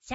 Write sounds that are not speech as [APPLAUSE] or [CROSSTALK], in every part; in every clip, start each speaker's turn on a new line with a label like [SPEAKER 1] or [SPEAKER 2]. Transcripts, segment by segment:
[SPEAKER 1] シ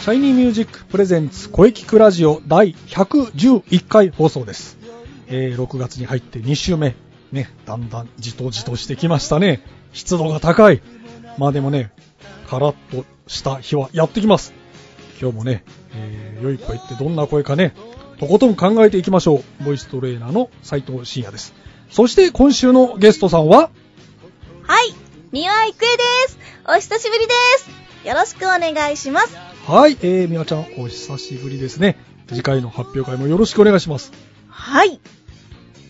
[SPEAKER 2] シャイニーミュージックプレゼンツ声聞くラジオ第111回放送です、えー6月に入って2週目ねだんだんじとじとしてきましたね湿度が高いまあでもねカラッとした日はやってきます今日もね、えー良い声ってどんな声かねとことん考えていきましょうボイストレーナーの斉藤真也ですそして今週のゲストさんは
[SPEAKER 3] はい、三輪郁恵です。お久しぶりです。よろしくお願いします。
[SPEAKER 2] はいえー、みわちゃんお久しぶりですね次回の発表会もよろしくお願いします
[SPEAKER 3] はい。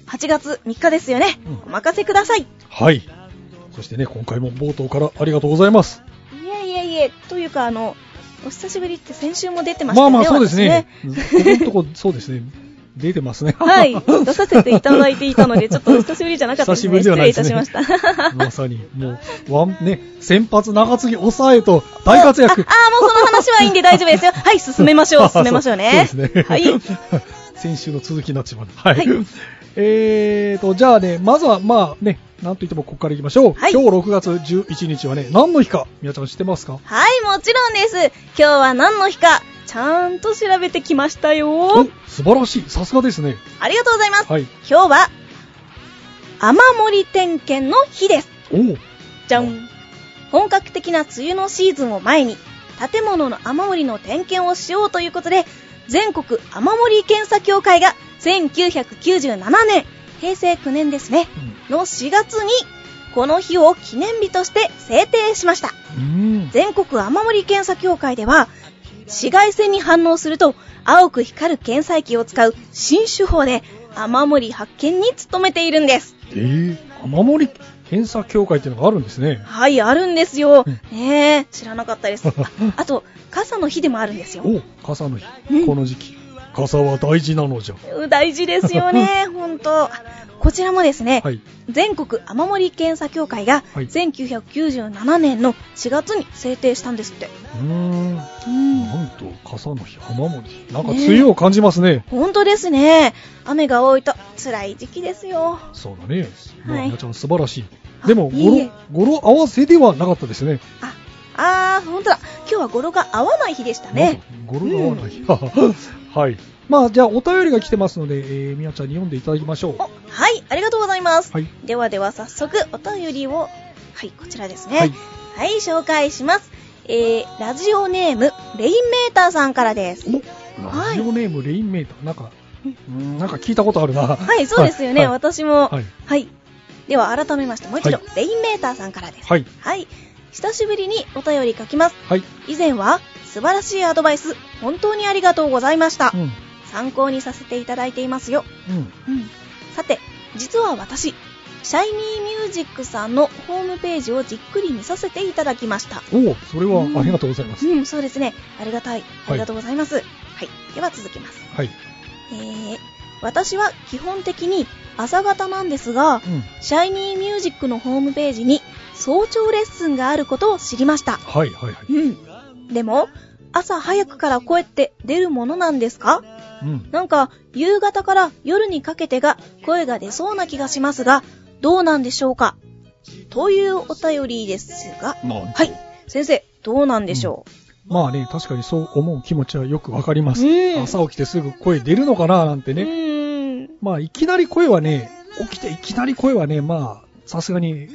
[SPEAKER 3] 8月3日ですよね。
[SPEAKER 2] う
[SPEAKER 3] お
[SPEAKER 2] ん
[SPEAKER 3] 任せください。い
[SPEAKER 2] はい。そしてね、今回も冒頭からありがとうございます。
[SPEAKER 3] えいえいえ、というかあの、お久しぶりって先週も出てました
[SPEAKER 2] まあ
[SPEAKER 3] よね。
[SPEAKER 2] まあ、そうですね。
[SPEAKER 3] 私
[SPEAKER 2] ここのとこ、そうですね。出てますね。
[SPEAKER 3] [LAUGHS]
[SPEAKER 2] [LAUGHS]
[SPEAKER 3] はい、出させていただいていたので、ちょっとお久しぶりじゃなかったですね。
[SPEAKER 2] 久しぶりではないです
[SPEAKER 3] 失
[SPEAKER 2] ね
[SPEAKER 3] 礼いたしました。
[SPEAKER 2] まさに、もう、ワン、ね、先発長継ぎ抑えと大活躍。。
[SPEAKER 3] [LAUGHS] ああ、もうその話はいいんで大丈夫ですよ。はい、進めましょう、進めましょうね
[SPEAKER 2] [LAUGHS] そうですね。
[SPEAKER 3] はい。
[SPEAKER 2] 先週の続きになっちまう。はい。
[SPEAKER 3] はい
[SPEAKER 2] えーと、じゃあね、まずは、まあね、なんといってもここから行きましょう。
[SPEAKER 3] はい
[SPEAKER 2] 今日6月11日はね、何の日か、みやちゃん知ってますか
[SPEAKER 3] はい、もちろんです。今日は何の日か、ちゃんと調べてきました
[SPEAKER 2] お
[SPEAKER 3] よ。
[SPEAKER 2] 素晴らしい。さすがですね。
[SPEAKER 3] ありがとうございます。
[SPEAKER 2] はい。
[SPEAKER 3] 今日は、雨漏り点検の日です。
[SPEAKER 2] おう
[SPEAKER 3] じゃん。本格的な梅雨のシーズンを前に、建物の雨漏りの点検をしようということで、全国雨漏り検査協会が1997年、平成9年ですね、の4月に、この日を記念日として制定しました。
[SPEAKER 2] うん。うん。
[SPEAKER 3] 全国雨漏り検査協会では紫外線に反応すると青く光る検査機を使う新手法で雨漏り発見に努めているんです
[SPEAKER 2] えー、雨漏り検査協会っていうのがあるんですね。
[SPEAKER 3] はいあるんですよ
[SPEAKER 2] うん
[SPEAKER 3] ねえ知らなかったです
[SPEAKER 2] [LAUGHS]
[SPEAKER 3] ああと傘の日でもあるんですよ
[SPEAKER 2] お傘の日、
[SPEAKER 3] うん
[SPEAKER 2] この時期傘は大事なのじゃ
[SPEAKER 3] うん大事ですよ
[SPEAKER 2] [LAUGHS]
[SPEAKER 3] ね本当こちらもですね、
[SPEAKER 2] はい
[SPEAKER 3] 全国雨漏り検査協会が
[SPEAKER 2] はい
[SPEAKER 3] 1997年の4月に制定したんですって、
[SPEAKER 2] うーんな
[SPEAKER 3] うん
[SPEAKER 2] んと傘の日雨漏りなんか
[SPEAKER 3] ね
[SPEAKER 2] 梅雨を感じますね
[SPEAKER 3] 本当ですね雨が多いと辛い時期ですよ
[SPEAKER 2] そうだねまあ
[SPEAKER 3] はい
[SPEAKER 2] みなちゃん素晴らしいでも
[SPEAKER 3] あい
[SPEAKER 2] 語
[SPEAKER 3] いえ
[SPEAKER 2] 呂語呂合わせではなかったですね
[SPEAKER 3] あ、あー、ほんとだ。今日は語呂が合わない日でしたね。
[SPEAKER 2] なんか語呂が合わない、 [LAUGHS] はいまあじゃあお便りが来てますので、えー、みなちゃんに読んでいただきましょう
[SPEAKER 3] お、はい、ありがとうございます。
[SPEAKER 2] はい
[SPEAKER 3] ではでは早速お便りを、はい、こちらですね。
[SPEAKER 2] は
[SPEAKER 3] はいい、紹介します。えー、ラジオネーム、レインメーターさんからです。
[SPEAKER 2] おラジオネームレインメーターなんかうーんなんか聞いたことあるなは
[SPEAKER 3] はい、そうですよね。
[SPEAKER 2] はい
[SPEAKER 3] 私も、
[SPEAKER 2] は
[SPEAKER 3] はいい。では改めまして、もう一度、
[SPEAKER 2] は
[SPEAKER 3] レインメーターさんからです。
[SPEAKER 2] はい
[SPEAKER 3] はい。久しぶりにお便り書きます。
[SPEAKER 2] はい、
[SPEAKER 3] 以前は、素晴らしいアドバイス、本当にありがとうございました。
[SPEAKER 2] うん
[SPEAKER 3] 参考にさせていただいていますよ。
[SPEAKER 2] うん
[SPEAKER 3] さて実は私シャイニーミュージックさんのホームページをじっくり見させていただきました
[SPEAKER 2] おおそれはありがとうございます、
[SPEAKER 3] うんそうですねありがたいありがとうございます、はいでは続きます、
[SPEAKER 2] はい、
[SPEAKER 3] えー、私は基本的に朝方なんですが
[SPEAKER 2] うん、
[SPEAKER 3] シャイニーミュージックのホームページに早朝レッスンがあることを知りました
[SPEAKER 2] はいはいはい
[SPEAKER 3] うんでも朝早くから声って出るものなんですか
[SPEAKER 2] うん
[SPEAKER 3] なんか、夕方から夜にかけてが声が出そうな気がしますが、どうなんでしょうかというお便りですが、
[SPEAKER 2] ま
[SPEAKER 3] はい、先生、どうなんでしょ
[SPEAKER 2] まあね、確かにそう思う気持ちはよくわかりま
[SPEAKER 3] う
[SPEAKER 2] す。
[SPEAKER 3] うん
[SPEAKER 2] 朝起きてすぐ声出るのかななんて
[SPEAKER 3] う
[SPEAKER 2] ね。
[SPEAKER 3] ーん。
[SPEAKER 2] まあ、いきなり声はね、起きていきなり声はね、まあ、さすがに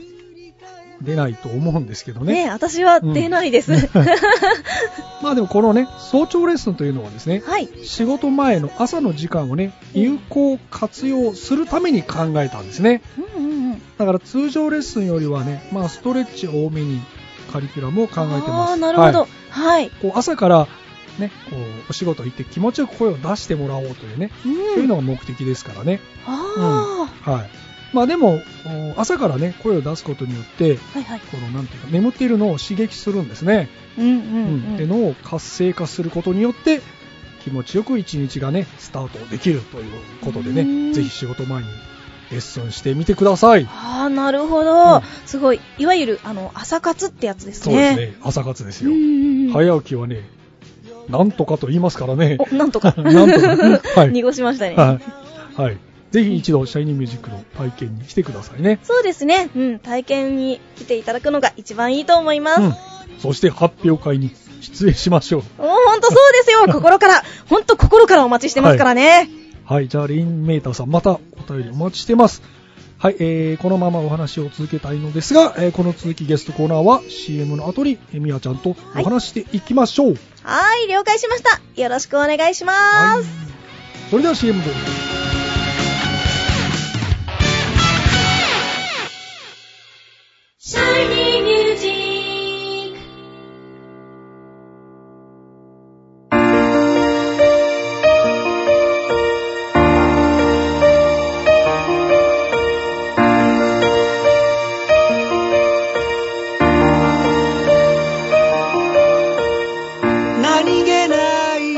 [SPEAKER 2] 出ないと思うんですけどね。
[SPEAKER 3] ねえ私は出ないです。
[SPEAKER 2] まあでもこのね、早朝レッスンというのはですね、
[SPEAKER 3] [LAUGHS] はい。
[SPEAKER 2] 仕事前の朝の時間をね、
[SPEAKER 3] うん
[SPEAKER 2] 有効活用するために考えたんですね。
[SPEAKER 3] うんうんうん。
[SPEAKER 2] だから通常レッスンよりはね、まあストレッチ多めにカリキュラムを考えてます。
[SPEAKER 3] ああ、なるほ
[SPEAKER 2] はい
[SPEAKER 3] ど。はい。
[SPEAKER 2] こう朝から、ね、こうお仕事行って気持ちよく声を出してもらおうというね、
[SPEAKER 3] うん
[SPEAKER 2] そういうのが目的ですからね、
[SPEAKER 3] ああ、
[SPEAKER 2] はい、まあでも、お朝からね、声を出すことによって、
[SPEAKER 3] はいはい。
[SPEAKER 2] この、なんていうか、眠っている脳を刺激するんですね。
[SPEAKER 3] うんう
[SPEAKER 2] うん
[SPEAKER 3] ん、う
[SPEAKER 2] で
[SPEAKER 3] ん。
[SPEAKER 2] 脳を活性化することによって気持ちよく一日がねスタートできるということで
[SPEAKER 3] う
[SPEAKER 2] ね
[SPEAKER 3] ん
[SPEAKER 2] ぜひ仕事前にレッスンしてみてください
[SPEAKER 3] ああ、なるほど、
[SPEAKER 2] うん
[SPEAKER 3] すごい。いわゆる、あの、朝活ってやつです
[SPEAKER 2] そうです
[SPEAKER 3] ね。
[SPEAKER 2] ね朝活です
[SPEAKER 3] う
[SPEAKER 2] よ
[SPEAKER 3] んうんうん。
[SPEAKER 2] 早起きはねなんとかと言いますからね
[SPEAKER 3] お、なんとか。
[SPEAKER 2] [LAUGHS] なんとかはい、
[SPEAKER 3] [LAUGHS] 濁しましたね。
[SPEAKER 2] はいはい、ぜひ一度シャイニーミュージックの体験に来てくださいね
[SPEAKER 3] そうですね。うん、体験に来ていただくのが一番いいと思います。
[SPEAKER 2] うんそして発表会に出演しましょう
[SPEAKER 3] もうほんとそうですよ。心から、ほんと心からお待ちしてますからね。
[SPEAKER 2] はい、じゃあ、レインメーターさん、またお便りお待ちしてます。はい、えー、このままお話を続けたいのですが、えーこの続きゲストコーナーは CM の後に、えーみやちゃんとお話していきましょう。
[SPEAKER 3] はーい、了解しました。よろしくお願いし
[SPEAKER 2] は
[SPEAKER 3] ま
[SPEAKER 2] い
[SPEAKER 3] す。。
[SPEAKER 2] それでは CM です。
[SPEAKER 3] Shiny Music
[SPEAKER 1] 何気ない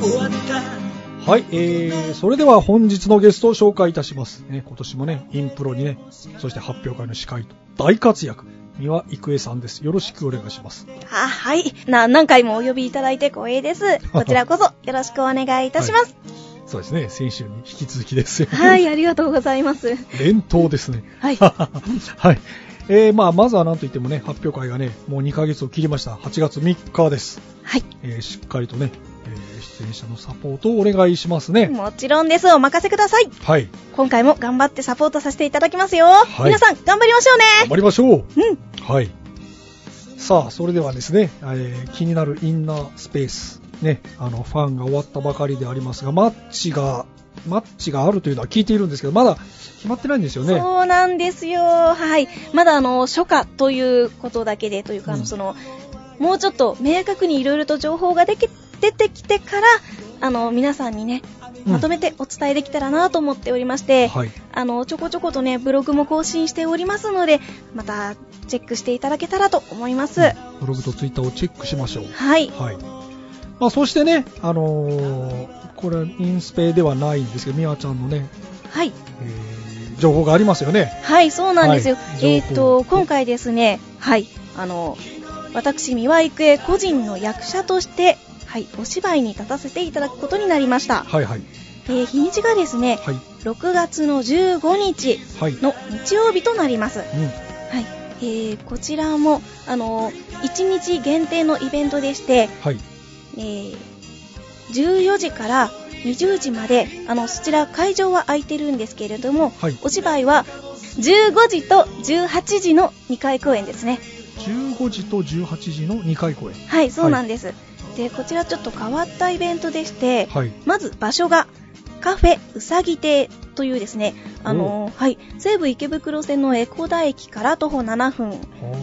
[SPEAKER 1] 終わった
[SPEAKER 2] はい、えー、それでは本日のゲストを紹介いたします。ね、今年もね、インプロにね、そして発表会の司会と大活躍、三輪郁恵さんです。よろしくお願いします。
[SPEAKER 3] あ、はい。な、何回もお呼びいただいて光栄です。こちらこそ、よろしくお願いいたします。
[SPEAKER 2] そうですね、先週に引き続き [LAUGHS] ですよ。
[SPEAKER 3] はい、ありがとうございます。
[SPEAKER 2] 連投ですね。
[SPEAKER 3] はい
[SPEAKER 2] [LAUGHS] はい。えー、まあ、まずはなんといってもね、発表会がね、もう2ヶ月を切りました。8月3日です。
[SPEAKER 3] はい。
[SPEAKER 2] えーしっかりとね、えー出演者のサポートをお願いしますね。
[SPEAKER 3] もちろんです。お任せください。
[SPEAKER 2] はい。
[SPEAKER 3] 今回も頑張ってサポートさせていただきますよ。
[SPEAKER 2] い
[SPEAKER 3] 皆さん、頑張りましょうね。
[SPEAKER 2] 頑張りましょう。
[SPEAKER 3] うん。
[SPEAKER 2] はい。さあ、それではですね、えー気になるインナースペース。ね、あの、ファンが終わったばかりでありますが、マッチが、マッチがあるというのは聞いているんですけど、まだ決まってないんですよね。
[SPEAKER 3] そうなんですよ。はい。まだあの、初夏ということだけで、というか、あ
[SPEAKER 2] うん
[SPEAKER 3] の、その、もうちょっと明確にいろいろと情報ができ出てきてから、あの、皆さんにね、
[SPEAKER 2] うん
[SPEAKER 3] まとめてお伝えできたらなと思っておりまして、
[SPEAKER 2] はい。
[SPEAKER 3] あの、ちょこちょことね、ブログも更新しておりますので、また、チェックしていただけたらと思います。
[SPEAKER 2] ブログとツイッターをチェックしましょう。
[SPEAKER 3] はい。
[SPEAKER 2] はい。まあ、そしてね、あのーこれはインスペではないんですけど、みわちゃんのね、
[SPEAKER 3] はい。
[SPEAKER 2] えー情報がありますよね。
[SPEAKER 3] はい、そうなんですよ。
[SPEAKER 2] はい
[SPEAKER 3] えっ、と、今回ですね、はい、あの、私、三輪郁恵個人の役者として、はい、お芝居に立たせていただくことになりました。
[SPEAKER 2] はいはい。
[SPEAKER 3] えー日にちがですね、
[SPEAKER 2] はい。
[SPEAKER 3] 6月の15日
[SPEAKER 2] はい。
[SPEAKER 3] の日曜日となります。は
[SPEAKER 2] うん。
[SPEAKER 3] い、えーこちらも、あの、1日限定のイベントでして、
[SPEAKER 2] はい。
[SPEAKER 3] えー14時から20時まで、あの、そちら会場は空いてるんですけれども、
[SPEAKER 2] はい。
[SPEAKER 3] お芝居は15時と18時の2回公演ですね。
[SPEAKER 2] 15時と18時の2回公演。
[SPEAKER 3] はい、そうなんです。でこちらちょっと変わったイベントでして、
[SPEAKER 2] はい。
[SPEAKER 3] まず場所がカフェうさぎ亭というですね、あのはい、西武池袋線の江古田駅から徒歩7分、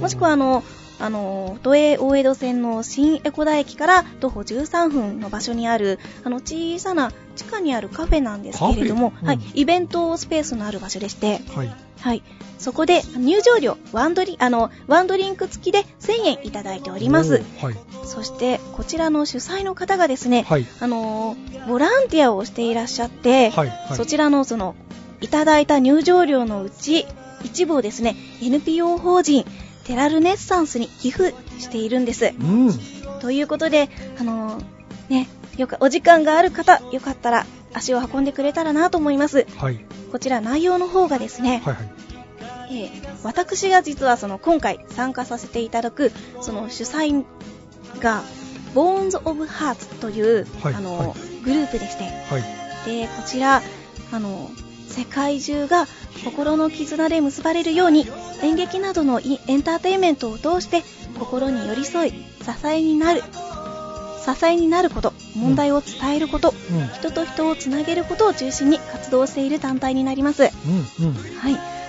[SPEAKER 3] もしくはあの、あの、都営大江戸線の新江古田駅から徒歩13分の場所にある、あの、小さな地下にあるカフェなんですけれども、
[SPEAKER 2] カフェ
[SPEAKER 3] はい
[SPEAKER 2] うん、
[SPEAKER 3] イベントスペースのある場所でして、
[SPEAKER 2] はい。
[SPEAKER 3] はい、そこで入場料、ワンドリ、あの、ワンドリンク付きで1000円いただいております。
[SPEAKER 2] おー。はい。
[SPEAKER 3] そして、こちらの主催の方がですね、
[SPEAKER 2] はい。
[SPEAKER 3] あのーボランティアをしていらっしゃって、
[SPEAKER 2] はい。はい。
[SPEAKER 3] そちらのそのいただいた入場料のうち一部をですね NPO 法人テラルネッサンスに寄付しているんです。
[SPEAKER 2] うん。
[SPEAKER 3] ということで、あのーね、よかお時間がある方よかったら足を運んでくれたらなと思います。
[SPEAKER 2] はい。
[SPEAKER 3] こちら内容の方がですね、
[SPEAKER 2] はい。はい。
[SPEAKER 3] えー私が実はその今回参加させていただくその主催がボーンズ・オブ・ハーツという、
[SPEAKER 2] はい
[SPEAKER 3] あのー
[SPEAKER 2] は
[SPEAKER 3] グループでして、
[SPEAKER 2] はい。
[SPEAKER 3] でこちらあの世界中が心の絆で結ばれるように演劇などのイエンターテインメントを通して心に寄り添い支えになる支えになること問題を伝えること、
[SPEAKER 2] うん。
[SPEAKER 3] 人と人をつなげることを中心に活動している団体になります、はい、
[SPEAKER 2] うん。うん。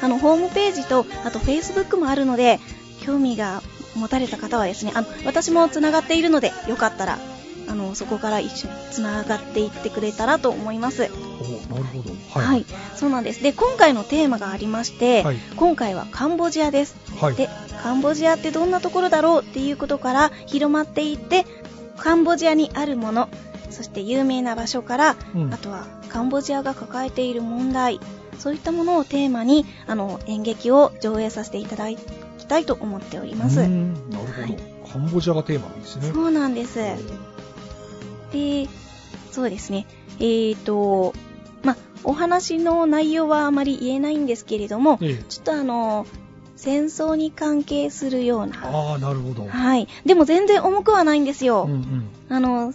[SPEAKER 3] あのホームページとあと Facebook もあるので興味が持たれた方はですねあの私もつながっているのでよかったらあのそこから一緒につながっていってくれたらと思います
[SPEAKER 2] おーなるほど。
[SPEAKER 3] はい、
[SPEAKER 2] はい。
[SPEAKER 3] そうなんですで今回のテーマがありまして、
[SPEAKER 2] はい
[SPEAKER 3] 今回はカンボジアです、
[SPEAKER 2] はい。
[SPEAKER 3] でカンボジアってどんなところだろうっていうことから広まっていってカンボジアにあるものそして有名な場所から、
[SPEAKER 2] うん
[SPEAKER 3] あとはカンボジアが抱えている問題そういったものをテーマにあの演劇を上映させていただきたいと思っております、
[SPEAKER 2] うんなるほど。カンボジアがテーマなんですね。
[SPEAKER 3] そうなんです。で、そうですね。えっ、と、ま、お話の内容はあまり言えないんですけれども、
[SPEAKER 2] ええ。
[SPEAKER 3] ちょっとあの、戦争に関係するような。
[SPEAKER 2] ああ、なるほど。
[SPEAKER 3] はい。でも全然重くはないんですよ。
[SPEAKER 2] うんうん。
[SPEAKER 3] あの、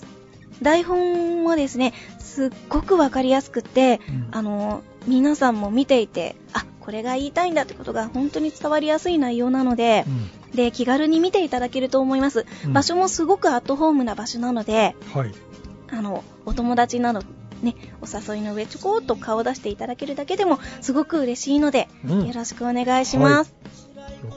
[SPEAKER 3] 台本もですね、すっごくわかりやすくって、
[SPEAKER 2] うん
[SPEAKER 3] あの、皆さんも見ていて、あ、これが言いたいんだってことが本当に伝わりやすい内容なので、
[SPEAKER 2] う
[SPEAKER 3] で、気軽に見ていただけると思います。
[SPEAKER 2] うん
[SPEAKER 3] 場所もすごくアットホームな場所なので、
[SPEAKER 2] ん。はい。
[SPEAKER 3] あの、お友達など、ね、お誘いの上、ちょこっと顔を出していただけるだけでも、すごく嬉しいので、
[SPEAKER 2] うん
[SPEAKER 3] よろしくお願いします。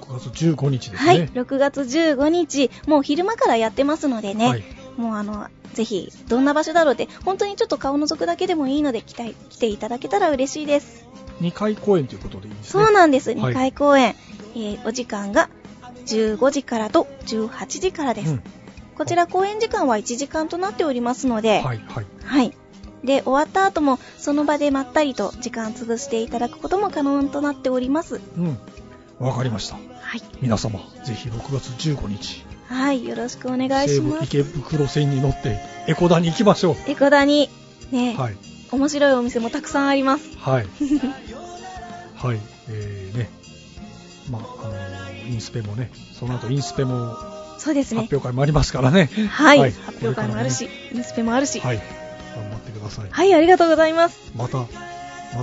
[SPEAKER 2] 6月15日ですね。
[SPEAKER 3] はい、6月15日、もう昼間からやってますのでね、
[SPEAKER 2] はい
[SPEAKER 3] もうあの、ぜひ、どんな場所だろうって、本当にちょっと顔覗くだけでもいいので、来たい来ていただけたら嬉しいです。
[SPEAKER 2] 2回公演ということでいいですね。
[SPEAKER 3] そうなんです、
[SPEAKER 2] はい
[SPEAKER 3] 2回公演。えーお時間が15時からと18時からです。
[SPEAKER 2] うん
[SPEAKER 3] こちら公演時間は1時間となっておりますので、
[SPEAKER 2] はい、はい。
[SPEAKER 3] はい。で、終わった後も、その場でまったりと時間潰していただくことも可能となっております。
[SPEAKER 2] うん。わかりました。
[SPEAKER 3] はい。
[SPEAKER 2] 皆様、ぜひ6月15日、
[SPEAKER 3] はい、よろしくお願い
[SPEAKER 2] 西
[SPEAKER 3] し
[SPEAKER 2] 武
[SPEAKER 3] ます。
[SPEAKER 2] 池袋線に乗って、エコダに行きましょ
[SPEAKER 3] エコダに、ね、
[SPEAKER 2] う。はい。
[SPEAKER 3] 面白いお店もたくさんあります。
[SPEAKER 2] はい。 [LAUGHS] はい。えー、ね。まあ、あのーインスペもね、その後インスペも
[SPEAKER 3] そうです
[SPEAKER 2] 発
[SPEAKER 3] ね。
[SPEAKER 2] 表会もありますからね。
[SPEAKER 3] はい、
[SPEAKER 2] はい
[SPEAKER 3] 発表会もあるし、インスペもあるし、は。
[SPEAKER 2] はいい。頑張ってください。
[SPEAKER 3] ありがとうございます。
[SPEAKER 2] また、ま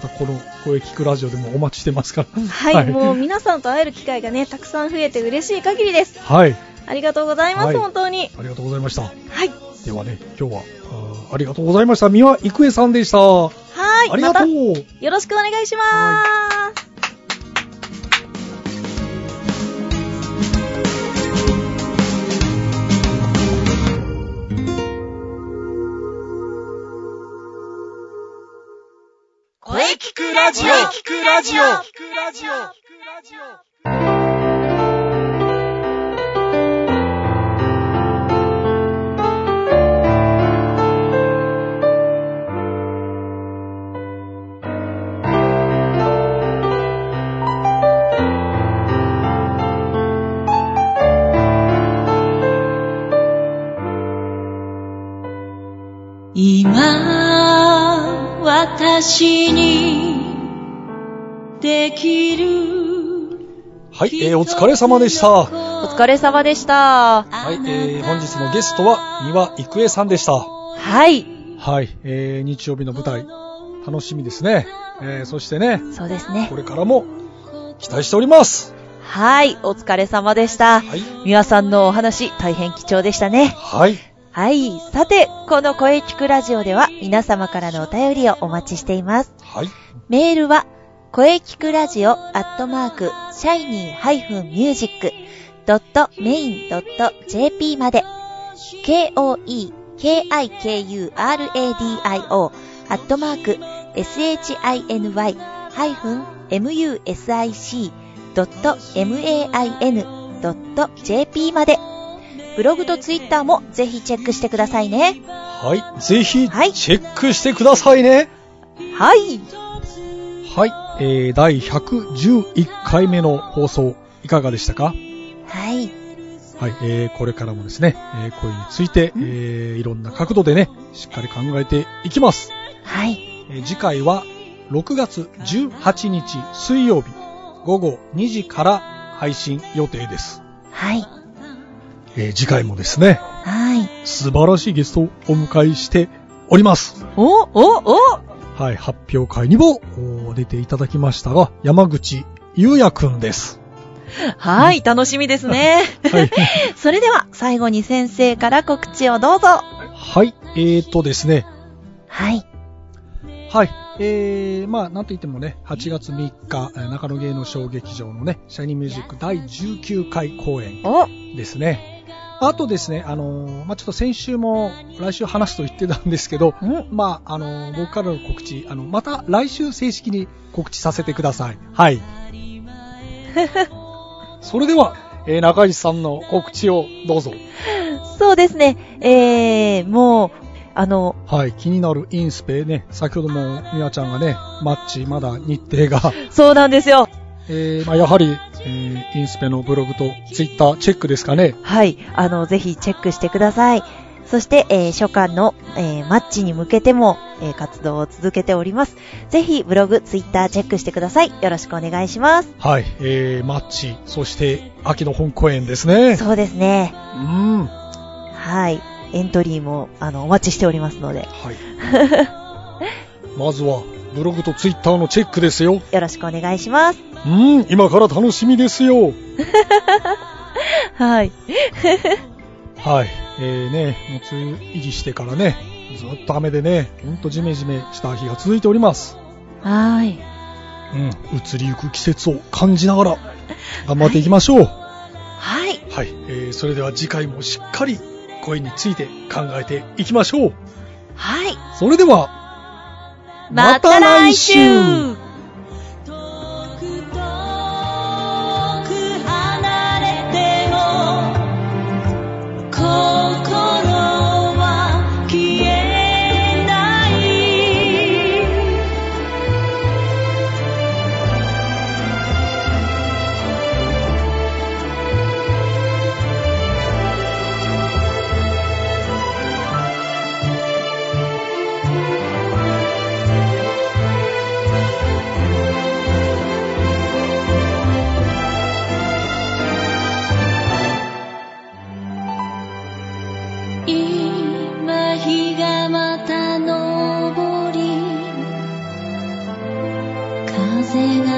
[SPEAKER 2] たこの声聞くラジオでもお待ちしてますから。
[SPEAKER 3] はい、もう皆さんと会える機会がね、たくさん増えて嬉しい限りです。
[SPEAKER 2] はい。
[SPEAKER 3] ありがとうございます、
[SPEAKER 2] はい
[SPEAKER 3] 本当に。
[SPEAKER 2] ありがとうございました。
[SPEAKER 3] はい。
[SPEAKER 2] ではね、今日は、あーありがとうございました。三輪郁恵さんでした。
[SPEAKER 3] はい、
[SPEAKER 2] ありがと
[SPEAKER 3] また、
[SPEAKER 2] う。
[SPEAKER 3] よろしくお願いします。
[SPEAKER 1] 声聞くラジオ聞くラジオ聞くラジオ今私にできる
[SPEAKER 2] はい、えーお疲れ様でした。は
[SPEAKER 4] お疲れ様でした。
[SPEAKER 2] い、えー本日のゲストは三輪郁恵さんでした。は
[SPEAKER 4] はい。
[SPEAKER 2] い、えー日曜日の舞台、楽しみですね。えーそしてね、
[SPEAKER 4] そうですね
[SPEAKER 2] こ。れからも期待しております。
[SPEAKER 4] はい。お疲れ様でした。
[SPEAKER 2] はい。
[SPEAKER 4] 美和さんのお話、大変貴重でしたね。
[SPEAKER 2] はい。
[SPEAKER 4] はい。さて、この声聞くラジオでは皆様からのお便りをお待ちしています。
[SPEAKER 2] はい。
[SPEAKER 4] メールは、声聞くラジオアットマーク、シャイニー -music.main.jp まで、k-o-e-k-i-k-u-r-a-d-i-o アットマーク、shiny-music.main.jp まで、ブログとツイッターもぜひチェックしてくださいね。
[SPEAKER 2] はい。ぜひ、チ
[SPEAKER 4] はい
[SPEAKER 2] ェックしてくださいね。
[SPEAKER 4] はい。
[SPEAKER 2] はい。えー、第111回目の放送、いかがでしたか
[SPEAKER 4] はい。
[SPEAKER 2] はい、えーこれからもですね、えー声について、えーいろんな角度でね、しっかり考えていきます。
[SPEAKER 4] はい。
[SPEAKER 2] えー次回は6月18日水曜日午後2時から配信予定です。
[SPEAKER 4] はい。
[SPEAKER 2] えー次回もですね、
[SPEAKER 4] はい。
[SPEAKER 2] 素晴らしいゲストをお迎えしております。
[SPEAKER 4] お、お、お
[SPEAKER 2] はい、発表会にもおー出ていただきましたが、山口優也くんです。
[SPEAKER 4] はい、楽しみですね。
[SPEAKER 2] はい。
[SPEAKER 4] それでは、最後に先生から告知をどうぞ。
[SPEAKER 2] はい、えーとですね、
[SPEAKER 4] はい。
[SPEAKER 2] はい。えー、まあ、なんといってもね、8月3日、えー中野芸能小劇場のね、シャイニーミュージック第19回公演
[SPEAKER 4] お、
[SPEAKER 2] ですね。あとですね、あのーまあ、ちょっと先週も来週話すと言ってたんですけど、まあ、あのー僕からの告知、あの、また来週正式に告知させてください。はい。それでは、えー中西さんの告知をどうぞ。
[SPEAKER 4] そうですね。えー、もう、あの、
[SPEAKER 2] はい、気になるインスペね、先ほどもみわちゃんがね、マッチ、まだ日
[SPEAKER 4] [LAUGHS]
[SPEAKER 2] 程が、
[SPEAKER 4] そうなんですよ。
[SPEAKER 2] えーまあ、やはり、えーインスペのブログとツイッターチェックですかね。
[SPEAKER 4] はい。あの、ぜひチェックしてください。そして、えー初夏の、えーマッチに向けても、えー活動を続けております。ぜひ、ブログ、ツイッターチェックしてください。よろしくお願いします。
[SPEAKER 2] はい、えーマッチ、そして秋の本公演ですね。
[SPEAKER 4] そうですね。
[SPEAKER 2] うん。は
[SPEAKER 4] はい。エントリーも、あの、お待ちしておりますので、
[SPEAKER 2] い。
[SPEAKER 4] [LAUGHS]
[SPEAKER 2] まずは、ブログとツイッターのチェックですよ。
[SPEAKER 4] よろしくお願いします。
[SPEAKER 2] うん、今から楽しみですよ。
[SPEAKER 4] はい。
[SPEAKER 2] はい。えーね、もう梅雨入りしてからね、ずっと雨でね、ほんとジメジメした日が続いております。
[SPEAKER 4] はい。
[SPEAKER 2] うん、移りゆく季節を感じながら、頑張っていきましょう。
[SPEAKER 4] はい。
[SPEAKER 2] はい、えーそれでは次回もしっかり声について考えていきましょう。
[SPEAKER 4] はい。
[SPEAKER 2] それでは、
[SPEAKER 4] また来週
[SPEAKER 1] 遠く遠く離れても心は消えない今日がまた昇り風が